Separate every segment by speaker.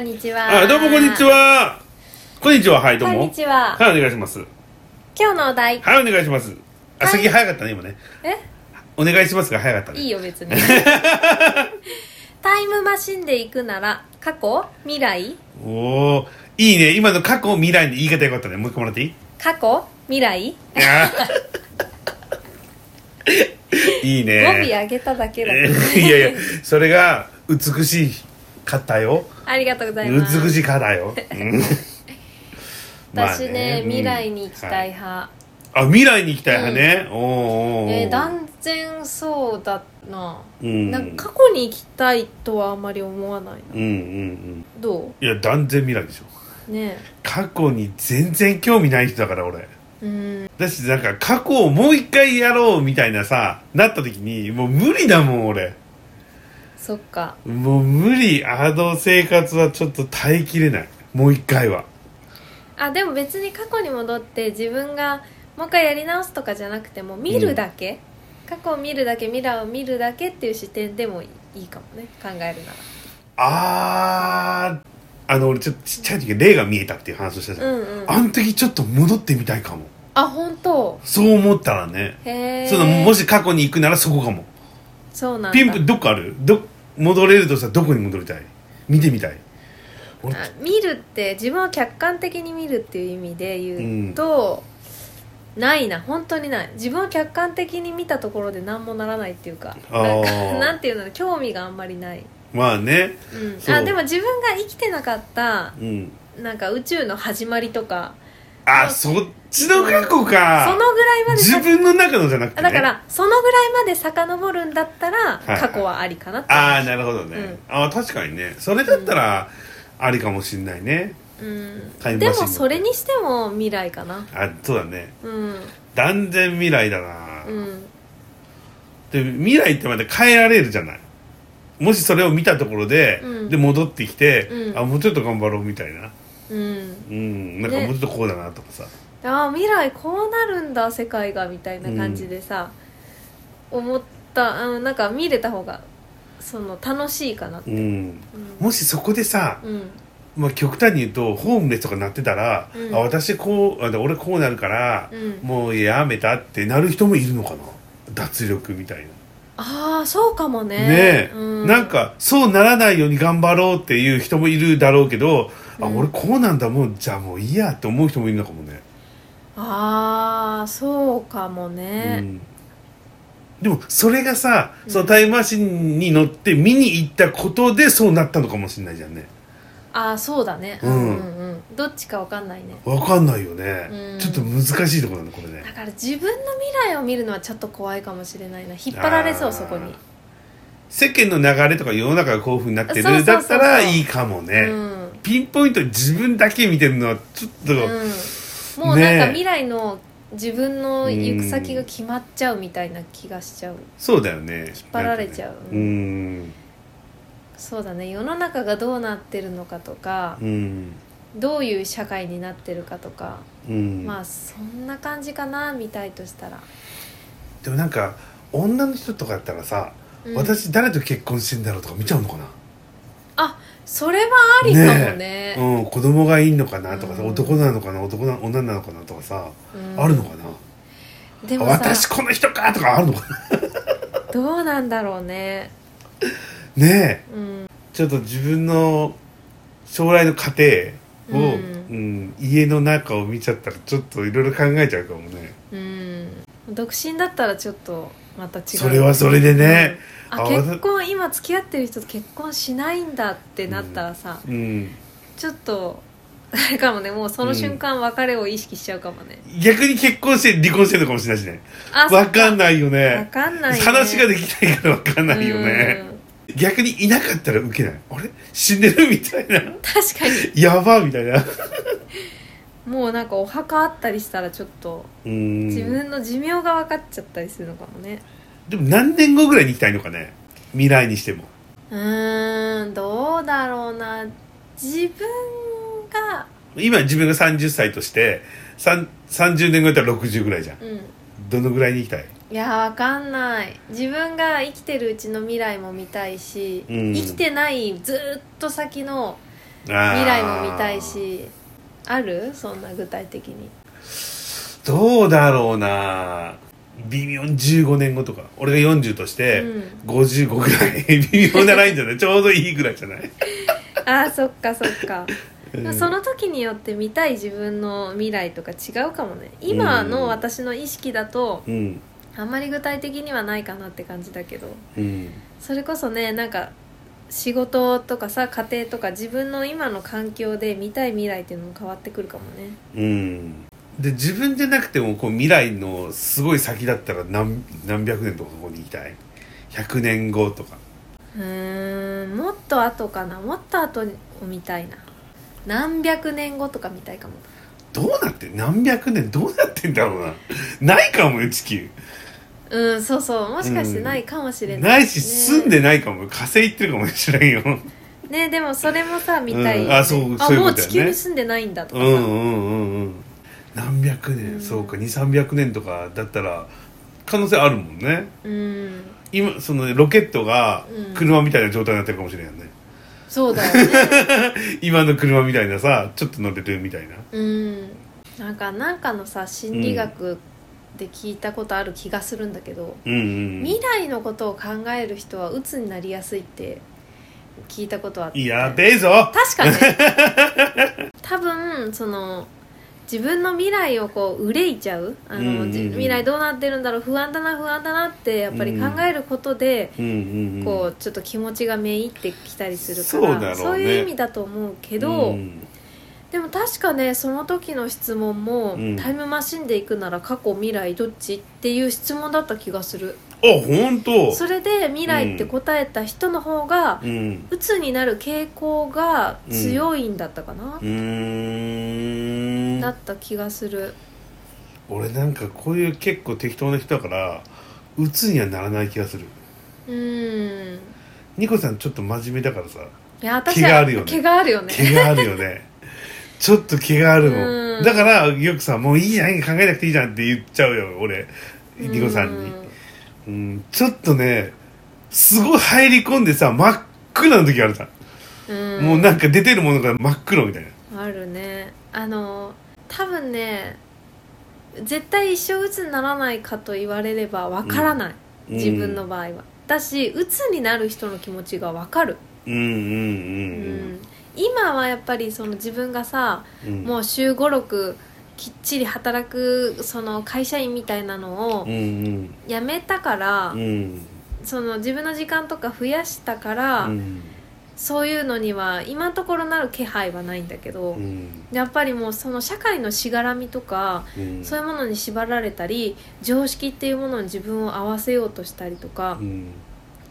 Speaker 1: んにちは。
Speaker 2: あ、どうもこんにち。は。こんにちは、はい、どう
Speaker 1: こん
Speaker 2: も。
Speaker 1: にちは。
Speaker 2: はい、お願いします。
Speaker 1: 今日のお題。
Speaker 2: はい、お願いします。あ、
Speaker 1: はい
Speaker 2: 先早かったね、今ね。
Speaker 1: え、
Speaker 2: お願いしますが早かったね。
Speaker 1: いいよ別 に。タイムマシンで行くなら過去、未来、
Speaker 2: おー、いいね。今の過去、未来の言い方よかったね。もう一回も らっていい
Speaker 1: 過去、未来。
Speaker 2: あーいい
Speaker 1: 語
Speaker 2: ね。
Speaker 1: 尾上げただけだけど。
Speaker 2: えー いやいや、それが美しかったよ。
Speaker 1: ありがとうございます。
Speaker 2: 美しかったよ。うん
Speaker 1: 私ね、未来に行きた。
Speaker 2: まあね
Speaker 1: い派。
Speaker 2: うんはいあ、未来に行きたい派ね。おーおーおー
Speaker 1: えー断然そうだな。
Speaker 2: うん
Speaker 1: なんか過去に行きたいとはあんまり思わないな。
Speaker 2: うんうんうん。
Speaker 1: ど
Speaker 2: いや、断然未来でしょ。
Speaker 1: う？ね
Speaker 2: 過去に全然興味ない人だから俺
Speaker 1: え。うん。
Speaker 2: だしなんか過去をもう一回やろうみたいなさなった時にもう無理だもん俺
Speaker 1: そっか。
Speaker 2: もう無理あの生活はちょっと耐えきれないもう一回は
Speaker 1: あでも別に過去に戻って自分がもう一回やり直すとかじゃなくても見るだけ、過去を見るだけ未来を見るだけっていう視点でもいいかもね考えるな
Speaker 2: あーあの俺ちょっとちっちゃい時霊が見えたっていう話をしてたじゃ
Speaker 1: ら
Speaker 2: ん、
Speaker 1: うんうん
Speaker 2: あの時ちょっと戻ってみたいかも
Speaker 1: あ本当
Speaker 2: そう思ったらね
Speaker 1: へえ
Speaker 2: そのもし過去に行くならそこかも
Speaker 1: そうなんだ
Speaker 2: ピンプどっかあるど戻れるとしたらどこに戻りたい見てみたい俺
Speaker 1: あ見るって自分を客観的に見るっていう意味で言うと、ないな本当にない自分を客観的に見たところで何もならないっていうか
Speaker 2: あ
Speaker 1: なん
Speaker 2: ー
Speaker 1: かなんていうの興味があんまりない、
Speaker 2: まあね
Speaker 1: うん、
Speaker 2: そ
Speaker 1: あ
Speaker 2: う
Speaker 1: でも自分が生きてなかった
Speaker 2: うん
Speaker 1: なんか宇宙の始まりとか
Speaker 2: あ、そっちの過去
Speaker 1: その
Speaker 2: か。
Speaker 1: ぐらいまで
Speaker 2: 自
Speaker 1: さ
Speaker 2: 分の中のじゃなくて、
Speaker 1: あ
Speaker 2: ね。
Speaker 1: だからそのぐらいまで遡るんだったら
Speaker 2: いはい
Speaker 1: 過去はありかなって、
Speaker 2: ああ、なるほどね。
Speaker 1: うん
Speaker 2: あ確かにね。それだったら、ありかもしんないね。タ
Speaker 1: う
Speaker 2: イ
Speaker 1: ん
Speaker 2: ム
Speaker 1: で
Speaker 2: マシン
Speaker 1: もそれにしても未来かな
Speaker 2: あ、そうだね。
Speaker 1: うん
Speaker 2: 断然未来だな、
Speaker 1: うん
Speaker 2: で、未来ってまた変えられるじゃない。もしそれを見たところで、
Speaker 1: うん
Speaker 2: で、戻ってきて、
Speaker 1: うん
Speaker 2: あ、もうちょっと頑張ろうみたいな。
Speaker 1: うん
Speaker 2: うん。なんか
Speaker 1: ね
Speaker 2: もうちょっとこうだなとかさ。
Speaker 1: ああ未来こうなるんだ世界がみたいな感じでさ、思った、うん、なんか見れた方がその楽しいかな
Speaker 2: うん。
Speaker 1: うん、
Speaker 2: もしそこでさ、
Speaker 1: うん
Speaker 2: まあ、極端に言うと、ホームレスとかなってたら、
Speaker 1: うん
Speaker 2: あ、私こう、あ俺こうなるから、
Speaker 1: うん
Speaker 2: もうやめたってなる人もいるのかな脱力みたいな。
Speaker 1: ああそうかもね
Speaker 2: ねえ、
Speaker 1: う
Speaker 2: なんかそうならないように頑張ろうっていう人もいるだろうけど、あ
Speaker 1: うん
Speaker 2: 俺こうなんだもうじゃあもういいやって思う人もいるのかもね。
Speaker 1: ああそうかもね、
Speaker 2: うんでもそれがさそのタイムマシンに乗って見に行ったことでそうなったのかもしれないじゃんね。
Speaker 1: ああそうだね、
Speaker 2: うん
Speaker 1: うんうんどっちかわかんないね
Speaker 2: わかんないよね、
Speaker 1: うん
Speaker 2: ちょっと難しいところなんだこれね
Speaker 1: だ。から自分の未来を見るのはちょっと怖いかもしれないな引っ張られそ
Speaker 2: あー
Speaker 1: うそこに、
Speaker 2: 世間の流れとか世の中がこういうふうになってる
Speaker 1: そうそうそう
Speaker 2: だ
Speaker 1: そ
Speaker 2: った
Speaker 1: う
Speaker 2: らいいかもね。
Speaker 1: うん、
Speaker 2: ピンポイント自分だけ見てるのはちょっと、
Speaker 1: うん、もう
Speaker 2: ね
Speaker 1: な
Speaker 2: え
Speaker 1: んか未来の自分の行く先が決まっちゃうみたいな気がしちゃう、
Speaker 2: そうだよね
Speaker 1: 引っ張られちゃう
Speaker 2: なんかねうん
Speaker 1: そうだね世の中がどうなってるのかとか
Speaker 2: う、ん
Speaker 1: どういう社会になってるかとか、
Speaker 2: うん、
Speaker 1: まあそんな感じかな見たいとしたら、
Speaker 2: でもなんか女の人とかだったらさ、
Speaker 1: うん
Speaker 2: 私誰と結婚してんだろうとか見ちゃうのかな、
Speaker 1: それはありかもね
Speaker 2: うん、子供がいいのかなとかさ、
Speaker 1: うん
Speaker 2: 男なのかな男な女なのかなとかさ、
Speaker 1: うん
Speaker 2: あるのかな
Speaker 1: で
Speaker 2: あ
Speaker 1: も
Speaker 2: 私
Speaker 1: さ
Speaker 2: この人かとかあるのかな
Speaker 1: どうなんだろうね
Speaker 2: ねえ
Speaker 1: うん
Speaker 2: ちょっと自分の将来の家庭を、
Speaker 1: う
Speaker 2: うんん家の中を見ちゃったらちょっといろいろ考えちゃうかもね
Speaker 1: うん独身だったらちょっとまた違う
Speaker 2: それはそれでね、
Speaker 1: うんあ
Speaker 2: あ
Speaker 1: 結婚今付き合ってる人と結婚しないんだってなったらさ、
Speaker 2: うん
Speaker 1: ちょっとあれかもねもうその瞬間別れを意識しちゃうかもね、
Speaker 2: 逆に結婚して離婚してるのかもしれないしね
Speaker 1: あ
Speaker 2: わかん
Speaker 1: ない
Speaker 2: ないよ
Speaker 1: わ
Speaker 2: ね
Speaker 1: かんない、ね、
Speaker 2: 話ができないからわかんないよね
Speaker 1: うん
Speaker 2: 逆にいなかったらウケないあれ死んでるみたいな
Speaker 1: 確かに
Speaker 2: やばみたいな
Speaker 1: もうなんかお墓あったりしたらちょっと
Speaker 2: うん
Speaker 1: 自分の寿命が分かっちゃったりするのかもね
Speaker 2: でも何年後ぐらいに行きたいのかね未来にしても
Speaker 1: うーんどうだろうな自分が
Speaker 2: 今自分が30歳としてさん30年後やったら60ぐらいじゃん
Speaker 1: うん
Speaker 2: どのぐらいに行きたい
Speaker 1: いやわかんない自分が生きてるうちの未来も見たいし、
Speaker 2: うん
Speaker 1: 生きてないずーっと先の
Speaker 2: 未
Speaker 1: 未来も見たいしあるそんな具体的に
Speaker 2: どうだろうな微妙に15年後とか俺が40として
Speaker 1: う
Speaker 2: 55ぐらい 微妙なラインじゃないちょうどいいぐらいじゃない、
Speaker 1: あーそっかそっか
Speaker 2: うん
Speaker 1: その時によって見たい自分の未来とか違うかもね今の私の意識だと
Speaker 2: うん
Speaker 1: あんまり具体的にはないかなって感じだけど
Speaker 2: うん
Speaker 1: それこそねなんか仕事とかさ家庭とか自分の今の環境で見たい未来っていうのも変わってくるかもね
Speaker 2: うんで自分じゃなくてもこう未来のすごい先だったら何何百年とかここに行きたい100年後とか
Speaker 1: うーんもっと後かなもっと後を見たいな何百年後とか見たいかも
Speaker 2: どうなって何百年どうなってんだろうなないかもよ地球
Speaker 1: うんそうそうもしかしてないかもしれない、
Speaker 2: ないし住んでないかもよ火星行ってるかもしれんよ
Speaker 1: ねでもそれもさ見たい、
Speaker 2: うんあそうそういうことだよね
Speaker 1: もう地球に住んでないんだと
Speaker 2: う
Speaker 1: か
Speaker 2: ん
Speaker 1: さ、
Speaker 2: うんうんうん何百年、
Speaker 1: うん
Speaker 2: そうか2300年とかだったら可能性あるもんね
Speaker 1: うん
Speaker 2: 今そのロケットが
Speaker 1: うん
Speaker 2: 車みたいな状態になってるかもしれんよね、
Speaker 1: そうだよ ね
Speaker 2: 今の車みたいなさちょっと乗れてるみたいな
Speaker 1: うんなんかなんかのさ心理学で聞いたことある気がするんだけど、
Speaker 2: うんうん
Speaker 1: 未来のことを考える人は鬱になりやすいって聞いたことあって
Speaker 2: やべえぞ
Speaker 1: 確かね 多分その自分の未来をこう憂いちゃうあの、
Speaker 2: うんうんうん
Speaker 1: じ未来どうなってるんだろう不安だな不安だなってやっぱり考えることで、
Speaker 2: うんうんうん
Speaker 1: こうちょっと気持ちがめいってきたりする
Speaker 2: そう
Speaker 1: から
Speaker 2: だろうね
Speaker 1: いう意味だと思うけど、でも確かねその時の質問も、
Speaker 2: うん
Speaker 1: タイムマシンで行くなら過去未来どっちっていう質問だった気がする
Speaker 2: あ本当
Speaker 1: それで未来って答えた人の方が、
Speaker 2: うん
Speaker 1: 鬱になる傾向が強いんだったかな
Speaker 2: う、ーん
Speaker 1: だった気がする
Speaker 2: 俺なんかこういう結構適当な人だから鬱にはならない気がする
Speaker 1: うんい
Speaker 2: ニコさんちょっと真面目だからさ
Speaker 1: や私
Speaker 2: 気があ
Speaker 1: は
Speaker 2: るよね
Speaker 1: 毛があるよ ね
Speaker 2: 毛があるよねちょっと毛がある
Speaker 1: う
Speaker 2: の
Speaker 1: ん
Speaker 2: だからよくさ「もういいじゃん考えなくていいじゃん」って言っちゃうよ俺
Speaker 1: う
Speaker 2: ニコさんにうんちょっとねすごい入り込んでさ真っ暗な時あるさ、
Speaker 1: うん
Speaker 2: もうなんか出てるものが真っ黒みたいな
Speaker 1: あるねあの多分ね絶対一生鬱にならないかと言われればわからない、
Speaker 2: うん
Speaker 1: 自分の場合は、だし鬱になる人の気持ちがわかる、
Speaker 2: うんうん
Speaker 1: う
Speaker 2: うんうん
Speaker 1: ん、今はやっぱりその自分がさ
Speaker 2: うん
Speaker 1: もう週56きっちり働くその会社員みたいなのを
Speaker 2: うんうん
Speaker 1: 辞めたから、
Speaker 2: うん
Speaker 1: その自分の時間とか増やしたから、
Speaker 2: うん
Speaker 1: そういうのには今のところなる気配はないんだけど、
Speaker 2: うん
Speaker 1: やっぱりもうその社会のしがらみとか、
Speaker 2: うん
Speaker 1: そういうものに縛られたり常識っていうものに自分を合わせようとしたりとか、
Speaker 2: うん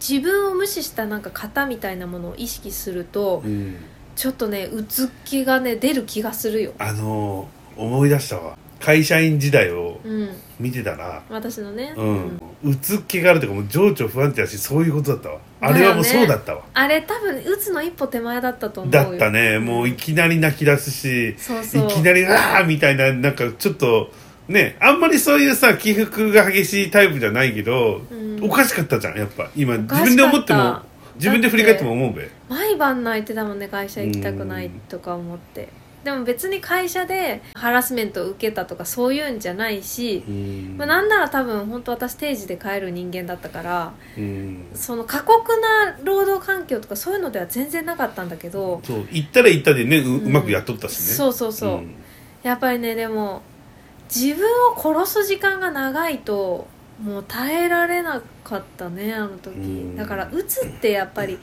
Speaker 1: 自分を無視したなんか型みたいなものを意識すると、
Speaker 2: うん
Speaker 1: ちょっとねうつ気がね出る気がするよ。
Speaker 2: あのー思い出したわ会社員時代を
Speaker 1: うん、
Speaker 2: 見てたら
Speaker 1: 私のね、
Speaker 2: うん、うつっ気があるというかもう情緒不安定だしそういうことだったわあれはもう
Speaker 1: だよ
Speaker 2: そう
Speaker 1: ね
Speaker 2: だったわ
Speaker 1: あれ多分うつの一歩手前だったと思うよ
Speaker 2: だったねもういきなり泣き出すし
Speaker 1: そう
Speaker 2: い
Speaker 1: そう
Speaker 2: きなり「ああ!」みたいななんかちょっとねあんまりそういうさ起伏が激しいタイプじゃないけど、
Speaker 1: うん
Speaker 2: おかしかったじゃんやっぱ今
Speaker 1: お
Speaker 2: 自
Speaker 1: かしかった
Speaker 2: 分で思っても自分で振り返っても思うべ
Speaker 1: 毎晩泣いてたもんね会社行きたくないとか思ってでも別に会社でハラスメントを受けたとかそういうんじゃないし、
Speaker 2: うん
Speaker 1: まあ、なんなら多分本当私定時で帰る人間だったから
Speaker 2: うん
Speaker 1: その過酷な労働環境とかそういうのでは全然なかったんだけど、
Speaker 2: そう行ったら行ったでねう,、
Speaker 1: ん
Speaker 2: まくやっとったしね
Speaker 1: そうそうそう、
Speaker 2: ん
Speaker 1: やっぱりねでも自分を殺す時間が長いともう耐えられなかったねあの
Speaker 2: う
Speaker 1: 時
Speaker 2: ん
Speaker 1: だからうつってやっぱり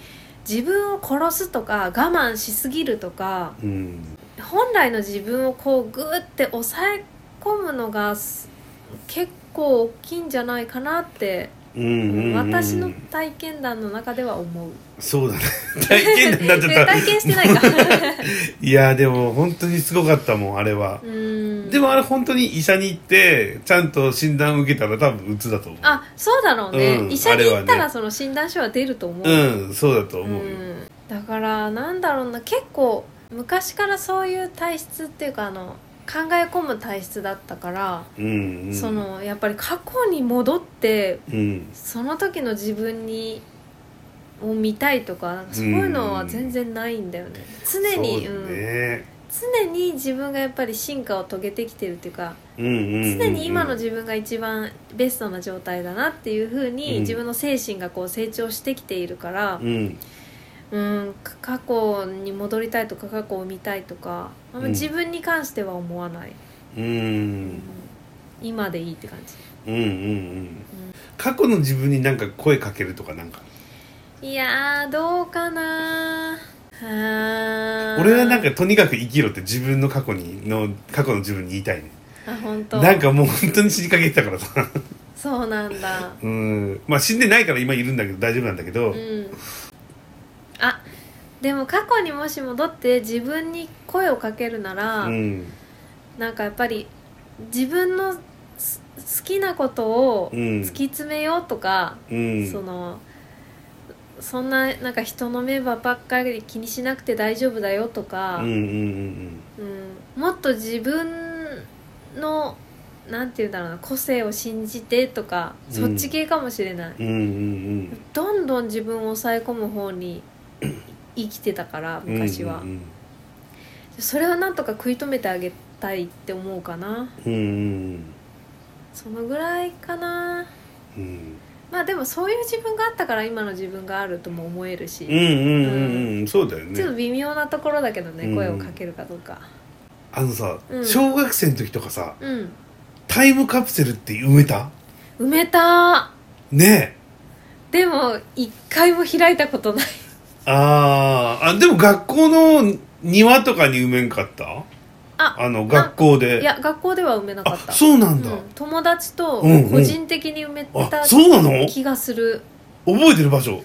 Speaker 1: 自分を殺すとか我慢しすぎるとか
Speaker 2: うん
Speaker 1: 本来の自分をこうグーって抑え込むのがす結構大きいんじゃないかなって、
Speaker 2: うんうんうんうん
Speaker 1: 私の体験談の中では思う
Speaker 2: そうだね体験 になっちゃ っ
Speaker 1: え
Speaker 2: た
Speaker 1: 体験して ないか
Speaker 2: いやでも本当にすごかったもんあれは
Speaker 1: う、ん
Speaker 2: でもあれ本当に医者に行ってちゃんと診断を受けたら多分うつだと思う
Speaker 1: あそうだろうね、
Speaker 2: うん
Speaker 1: 医者に行った
Speaker 2: あれは
Speaker 1: ら
Speaker 2: ね
Speaker 1: その診断書は出ると思う、
Speaker 2: うんそうだと思うよ、
Speaker 1: んだからなんだろうな結構昔からそういう体質っていうかあの考え込む体質だったから、
Speaker 2: うんうん
Speaker 1: そのやっぱり過去に戻って
Speaker 2: うん
Speaker 1: その時の自分にを見たいとかなんかそういうのは全然ないんだよね、常に
Speaker 2: そうね、
Speaker 1: うん、常に自分がやっぱり進化を遂げてきてるっていうか
Speaker 2: うんうんうんうん
Speaker 1: 常に今の自分が一番ベストな状態だなっていうふう
Speaker 2: うん
Speaker 1: に自分の精神がこう成長してきているから、
Speaker 2: うん
Speaker 1: うん、か過去に戻りたいとか過去を見たいとかあんま
Speaker 2: うん
Speaker 1: 自分に関しては思わない、
Speaker 2: うん
Speaker 1: 今でいいって感じ
Speaker 2: うんうんうん過去の自分になんか声かけるとかなんか
Speaker 1: いやーどうかなーあー
Speaker 2: 俺はなんかとにかく生きろって自分の過去にの過去の自分に言いたいね
Speaker 1: あ本当
Speaker 2: なんかもう本当に死にかけてたからさ
Speaker 1: そうなんだ
Speaker 2: うんまあ死んでないから今いるんだけど大丈夫なんだけど、
Speaker 1: うんあでも過去にもし戻って自分に声をかけるなら、
Speaker 2: うん
Speaker 1: なんかやっぱり自分のす好きなことを
Speaker 2: うん
Speaker 1: 突き詰めようとか、
Speaker 2: うん
Speaker 1: そのそんななんか人の目ばっかり気にしなくて大丈夫だよとか、
Speaker 2: うんうんうん
Speaker 1: うんもっと自分のなんて言うんだろうな個性を信じてとか
Speaker 2: うん
Speaker 1: そっち系かもしれない、
Speaker 2: うんうんうん
Speaker 1: どんどん自分を抑え込む方 に生きてたから
Speaker 2: うん
Speaker 1: 昔は、
Speaker 2: うん
Speaker 1: それはなんとか食い止めてあげたいって思うかな
Speaker 2: うんうん
Speaker 1: そのぐらいかな
Speaker 2: うんうん
Speaker 1: まあでもそういう自分があったから今の自分があるとも思えるし、
Speaker 2: うんうんうんうんそうだよ
Speaker 1: ちょっと
Speaker 2: ね
Speaker 1: 微妙なところだけどね、
Speaker 2: うん
Speaker 1: 声をかけるかどうか
Speaker 2: あのさ、
Speaker 1: うん
Speaker 2: 小学生の時とかさ
Speaker 1: うん
Speaker 2: タイムカプセルって埋めた
Speaker 1: 埋めた
Speaker 2: ねえ
Speaker 1: でも一回も開いたことない
Speaker 2: あーあでも学校の庭とかに埋めんかった
Speaker 1: あ
Speaker 2: あの学校で
Speaker 1: いや学校では埋めなか
Speaker 2: あ
Speaker 1: った
Speaker 2: そうなんだ、
Speaker 1: うん友達と
Speaker 2: うんうん
Speaker 1: 個人的に埋めた
Speaker 2: あそうなの
Speaker 1: 気がする、
Speaker 2: 覚えてる場所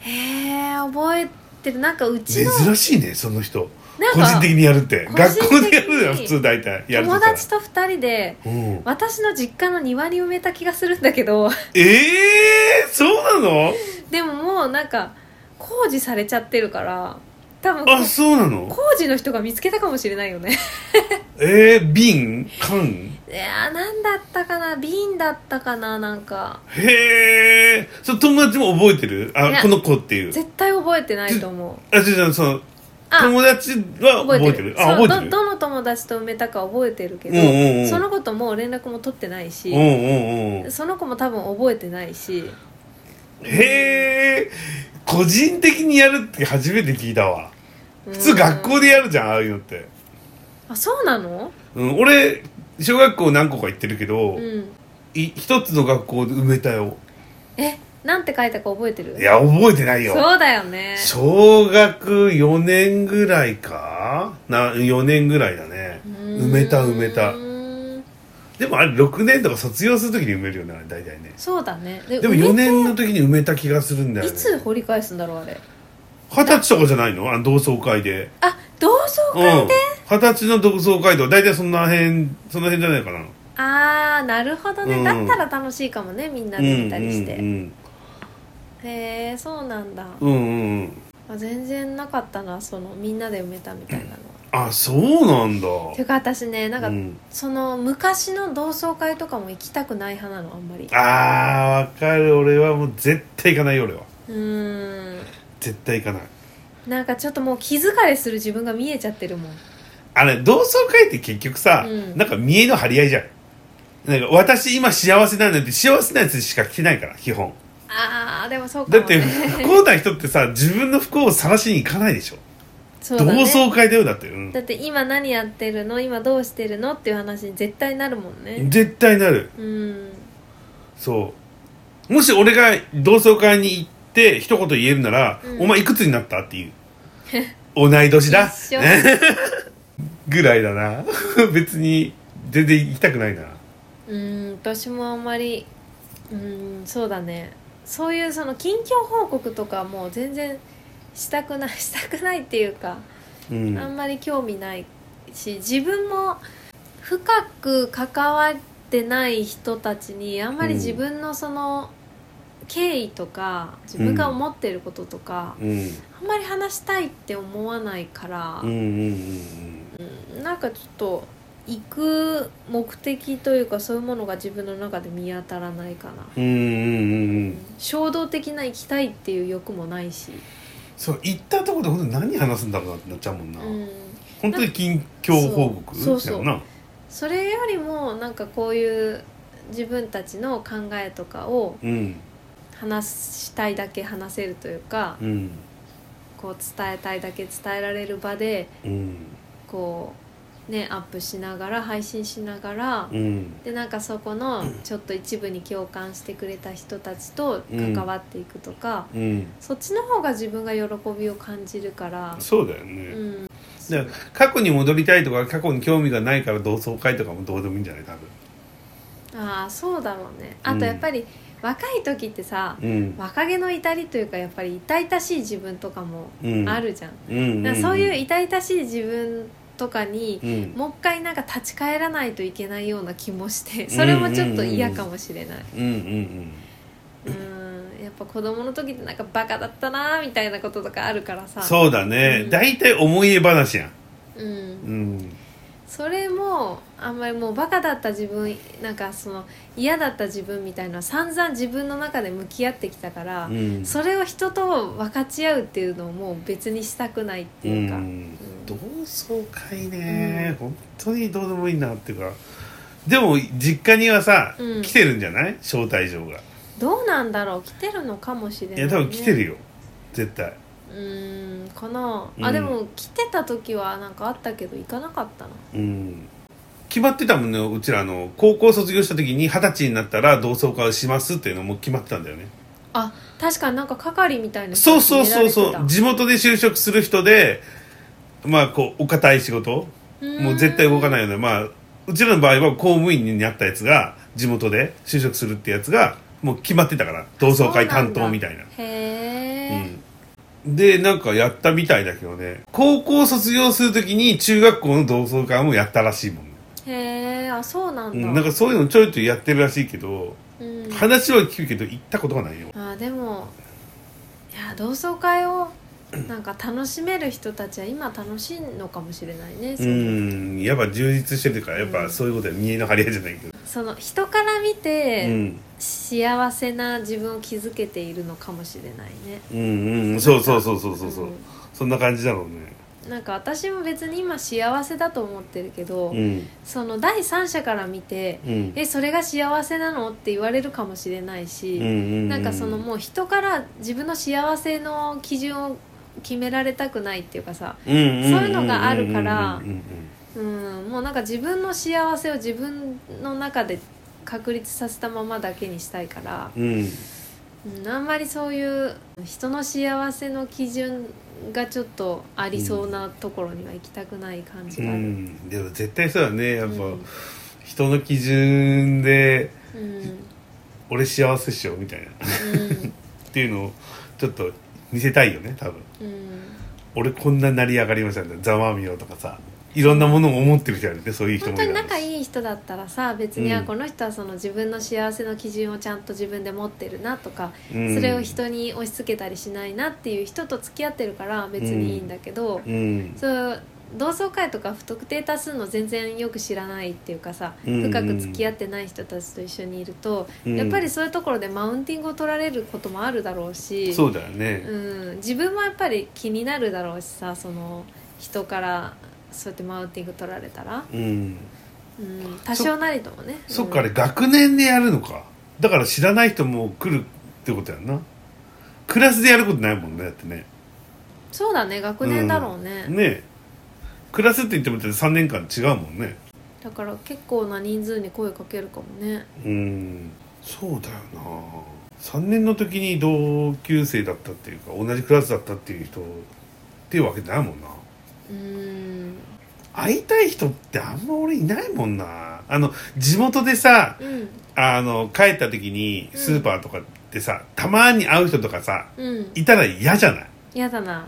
Speaker 1: へえ覚えてるなんかうちの
Speaker 2: 珍しいねその人個
Speaker 1: な
Speaker 2: 人
Speaker 1: んか
Speaker 2: 的にやるって
Speaker 1: 個人的に
Speaker 2: 学校でやるよ普通大体やると
Speaker 1: 友
Speaker 2: したら
Speaker 1: 達と2人で
Speaker 2: うん、
Speaker 1: 私の実家の庭に埋めた気がするんだけど
Speaker 2: ええー、そうなの
Speaker 1: でももうなんか工事されちゃってるから多分
Speaker 2: あそうなの
Speaker 1: 工事の人が見つけたかもしれないよね
Speaker 2: えー、瓶缶
Speaker 1: いやー何だったかな瓶だったかななんか
Speaker 2: へえその友達も覚えてる
Speaker 1: い
Speaker 2: あ
Speaker 1: や
Speaker 2: この子っていう
Speaker 1: 絶対覚えてないと思う
Speaker 2: あ違う違うその
Speaker 1: あ
Speaker 2: 友達は覚
Speaker 1: 覚
Speaker 2: え
Speaker 1: え
Speaker 2: て
Speaker 1: て
Speaker 2: る
Speaker 1: る
Speaker 2: あ
Speaker 1: そう
Speaker 2: 覚えてる
Speaker 1: どどの友達と埋めたか覚えてるけど、
Speaker 2: うんうんうん
Speaker 1: そのこともう連絡も取ってないし、
Speaker 2: うんうんうん
Speaker 1: その子も多分覚えてないし
Speaker 2: へえ個人的にやるって初めて聞いたわ普通学校
Speaker 1: で
Speaker 2: でやるじゃんああいうのって、
Speaker 1: あそうなの
Speaker 2: うん、俺小学校何個か行ってるけど、
Speaker 1: うん
Speaker 2: い一つの学校で埋めたよ
Speaker 1: えなんて書いたか覚えてる
Speaker 2: いや覚えてないよ
Speaker 1: そうだよね
Speaker 2: 小学4年ぐらいかな4年ぐらいだね埋めた埋めた
Speaker 1: うーん
Speaker 2: でもあれ6年とか卒業する時に埋めるよねあれ大体ね
Speaker 1: そうだね
Speaker 2: でも4年の時に埋めた気がするんだよ
Speaker 1: い
Speaker 2: ね
Speaker 1: つ掘り返すんだろうあれ
Speaker 2: 二十歳とかじゃないのあの同窓会で
Speaker 1: あ同窓
Speaker 2: う
Speaker 1: 会
Speaker 2: ん
Speaker 1: で、
Speaker 2: 二十歳の同窓会とか大体そんな辺その辺じゃないかな
Speaker 1: ああなるほどね、
Speaker 2: うん
Speaker 1: だったら楽しいかもねみんな
Speaker 2: うん
Speaker 1: で見たりして、
Speaker 2: うん
Speaker 1: へえそうなんだ、
Speaker 2: うんうんうんうん
Speaker 1: あ全然なかったなそのみんなで埋めたみたいなのは
Speaker 2: あそうなんだ
Speaker 1: ていうか私ねなんか、
Speaker 2: うん
Speaker 1: その昔の同窓会とかも行きたくない派なのあんまり
Speaker 2: あーわかる俺はもう絶対行かないよ俺は
Speaker 1: うーん
Speaker 2: 絶対行かない
Speaker 1: なんかちょっともう気疲れする自分が見えちゃってるもん
Speaker 2: あれ同窓会って結局さ、
Speaker 1: うん
Speaker 2: なんか見栄の張り合いじゃんなんか私今幸せなんだって幸せなやつしか来てないから基本
Speaker 1: あーでもそうか
Speaker 2: だ
Speaker 1: も、
Speaker 2: って
Speaker 1: ね、
Speaker 2: 不幸な人ってさ自分の不幸を晒しに行かないでしょ、
Speaker 1: そうだ
Speaker 2: 同
Speaker 1: ね
Speaker 2: 窓会だよだって、うん
Speaker 1: だって今何やってるの今どうしてるのっていう話に絶対なるもんね
Speaker 2: 絶対なる
Speaker 1: うん
Speaker 2: そうもし俺が同窓会に行って一言言えるなら「
Speaker 1: うん
Speaker 2: お前いくつになった?」って いう同い年だ
Speaker 1: 一緒
Speaker 2: ぐらいだな 別に全然行きたくないな
Speaker 1: うん私もあんまりうんそうだねそういうその近況報告とかもう全然したくないしたくないっていうか、
Speaker 2: うん
Speaker 1: あんまり興味ないし自分も深く関わってない人たちにあんまり自分のその経緯とか自分が思ってることとか、
Speaker 2: うん
Speaker 1: あんまり話したいって思わないから
Speaker 2: うんう、んうん
Speaker 1: なんかちょっと行く目的というかそういうものが自分の中で見当たらないかな
Speaker 2: うんうんうんうん
Speaker 1: 衝動的な行きたいっていう欲もないし、
Speaker 2: そう行ったとこで本当に何話すんだろうなってなっちゃうもんな、
Speaker 1: うん、
Speaker 2: 本当に近況報告
Speaker 1: そうそうそう
Speaker 2: だよな
Speaker 1: それよりもなんかこういう自分たちの考えとかを
Speaker 2: うん
Speaker 1: 話したいだけ話せるというか、
Speaker 2: うん
Speaker 1: こう伝えたいだけ伝えられる場で
Speaker 2: うん
Speaker 1: こうねアップしながら配信しながら、
Speaker 2: うん
Speaker 1: でなんかそこのちょっと一部に共感してくれた人たちと関わっていくとか、
Speaker 2: うん
Speaker 1: そっちの方が自分が喜びを感じるから、
Speaker 2: そうだよ
Speaker 1: う
Speaker 2: ね、
Speaker 1: ん、
Speaker 2: だから過去に戻りたいとか過去に興味がないから同窓会とかもどうでもいいんじゃない多
Speaker 1: ああそうだろうねあとやっぱり若い時ってさ、
Speaker 2: 分うん
Speaker 1: 若気の至りというかやっぱり痛々しい自分とかも
Speaker 2: うん
Speaker 1: あるじゃん、
Speaker 2: うんうん
Speaker 1: だからそういう痛々しい自分とかに
Speaker 2: う、ん
Speaker 1: もう一回なんか立ち返らないといけないような気もしてそれもちょっと嫌かもしれない、
Speaker 2: うんう
Speaker 1: う
Speaker 2: ん
Speaker 1: んやっぱ子供の時ってなんかバカだったなーみたいなこととかあるから
Speaker 2: う
Speaker 1: さ
Speaker 2: んそうだね、
Speaker 1: うん
Speaker 2: 大体思い出話やん
Speaker 1: う、ん、
Speaker 2: うん
Speaker 1: それもあんまりもうバカだった自分なんかその嫌だった自分みたいな散々自分の中で向き合ってきたから、
Speaker 2: うん
Speaker 1: それを人と分かち合うっていうのをもう別にしたくないっていうか、
Speaker 2: ん、同窓会ね、本当にどうでもいいなっていうかでも実家にはさ、
Speaker 1: うん
Speaker 2: 来てるんじゃない招待状が
Speaker 1: どうなんだろう来てるのかもしれない、
Speaker 2: い
Speaker 1: ね、
Speaker 2: や多分来てる
Speaker 1: よ
Speaker 2: よ絶対
Speaker 1: うーんかな
Speaker 2: う
Speaker 1: あ
Speaker 2: ん
Speaker 1: でも来てた時はなんかあったけど行かなかったな
Speaker 2: うん決まってたもんねうちらあの高校卒業した時に二十歳になったら同窓会をしますっていうのも決まってたんだよね
Speaker 1: あ確かになんか係みたいな人
Speaker 2: そう
Speaker 1: に入れ
Speaker 2: そう
Speaker 1: ら
Speaker 2: そう
Speaker 1: れてた
Speaker 2: そう地元で就職する人でまあこうお堅い仕事
Speaker 1: ーん
Speaker 2: もう絶対動かないようなまあうちらの場合は公務員になったやつが地元で就職するってやつがもう決まってたから同窓会担当みたいな
Speaker 1: へえ、
Speaker 2: うんでなんかやったみたいだけどね高校卒業するときに中学校の同窓会もやったらしいもんね、
Speaker 1: へえあそうなん
Speaker 2: う
Speaker 1: だ、
Speaker 2: ん、なんかそういうのちょいちょいやってるらしいけど
Speaker 1: うん
Speaker 2: 話は聞くけど行ったことがないよ
Speaker 1: あでもいや同窓会をなんか楽しめる人たちは今楽しいのかもしれないね、そうの
Speaker 2: んやっぱ充実してるからやっ
Speaker 1: う
Speaker 2: ぱ
Speaker 1: ん
Speaker 2: そういうことは見えの張り合いじゃないけど、
Speaker 1: その人から見て、
Speaker 2: うん、
Speaker 1: 幸せな自分を築けているのかもしれないね
Speaker 2: うんうんうんそうそうそうそうそうそう、
Speaker 1: う
Speaker 2: そんな感じだろうね
Speaker 1: んなんか私も別に今幸せだと思ってるけど、
Speaker 2: うん
Speaker 1: その第三者から見て「
Speaker 2: うん
Speaker 1: えそれが幸せなの?」って言われるかもしれないし、な
Speaker 2: な
Speaker 1: んかそのもう人から自分の幸せの基準を決められたくないっていうかさ、
Speaker 2: そうい
Speaker 1: いうのがあるからうん、もうなんか自分の幸せを自分の中で確立させたままだけにしたいから、
Speaker 2: うん
Speaker 1: うん、あんまりそういう人の幸せの基準がちょっとありそうなところには行きたくない感じ
Speaker 2: う
Speaker 1: がある。
Speaker 2: んでも絶対そうだねやっぱ
Speaker 1: うん
Speaker 2: 人の基準で
Speaker 1: うん
Speaker 2: 俺幸せっしょみたいなっ
Speaker 1: うん
Speaker 2: ていうのをちょっと見せたいよね多分
Speaker 1: うん
Speaker 2: 俺こんな成り上がりましたねざまあみよとかさいろんなものを思ってる人やるねそういう人
Speaker 1: 本
Speaker 2: も
Speaker 1: 当
Speaker 2: い
Speaker 1: に
Speaker 2: るだろう
Speaker 1: 仲
Speaker 2: し
Speaker 1: いい人だったらさ別に、
Speaker 2: うん
Speaker 1: あこの人はその自分の幸せの基準をちゃんと自分で持ってるなとか、
Speaker 2: うん
Speaker 1: それを人に押し付けたりしないなっていう人と付き合ってるから別にいいんだけど、
Speaker 2: うん
Speaker 1: そう同窓会とか不特定多数の全然よく知らないっていうかさ、
Speaker 2: うんうん
Speaker 1: 深く付き合ってない人たちと一緒にいると、
Speaker 2: うん
Speaker 1: やっぱりそういうところでマウンティングを取られることもあるだろうし
Speaker 2: そうだよね
Speaker 1: うん、自分もやっぱり気になるだろうしさその人からそうやってマウンティング取られたら、
Speaker 2: うん
Speaker 1: うん、多少なりともね
Speaker 2: そっかあれ学年でやるのかだから知らない人も来るってことやんなクラスでやることないもんねだってね
Speaker 1: そうだね学年だろうね、
Speaker 2: ねえクラスって言っても3年間違うもんね
Speaker 1: だから結構な人数に声かけるかもね
Speaker 2: うんそうだよな3年の時に同級生だったっていうか同じクラスだったっていう人っていうわけないもんな
Speaker 1: うん
Speaker 2: 会いたい人ってあんま俺いないもんなあの地元でさ
Speaker 1: うん
Speaker 2: あの帰った時にスーパーとかでさ、たまに会う人とかさ
Speaker 1: うん
Speaker 2: いたら嫌じゃない
Speaker 1: 嫌だな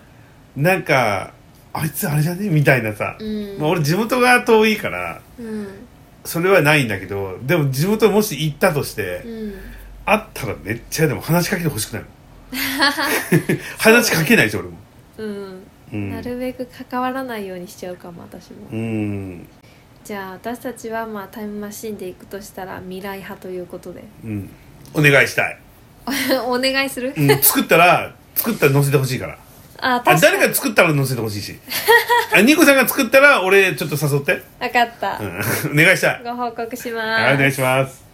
Speaker 2: なんかあいつあれじゃねみたいなさ
Speaker 1: う、ん、
Speaker 2: まあ、俺地元が遠いから
Speaker 1: うん
Speaker 2: それはないんだけどでも地元もし行ったとして、
Speaker 1: うん
Speaker 2: 会ったらめっちゃでも話しかけてほしくな いもん話しかけないでしょ俺も、
Speaker 1: うん
Speaker 2: うん、
Speaker 1: なるべく関わらないようにしちゃうかも私も、
Speaker 2: うん
Speaker 1: じゃあ私たちはまあタイムマシンで行くとしたら未来派ということで
Speaker 2: うん、お願いしたい、
Speaker 1: お願いする、
Speaker 2: うん、作ったら作ったら載せてほしいから
Speaker 1: あ
Speaker 2: あ
Speaker 1: 確かに
Speaker 2: 誰が作ったら載せてほしいしあニコさんが作ったら俺ちょっと誘って、
Speaker 1: 分かった、
Speaker 2: うん、お願いしたい
Speaker 1: ご報告し
Speaker 2: はいお願いします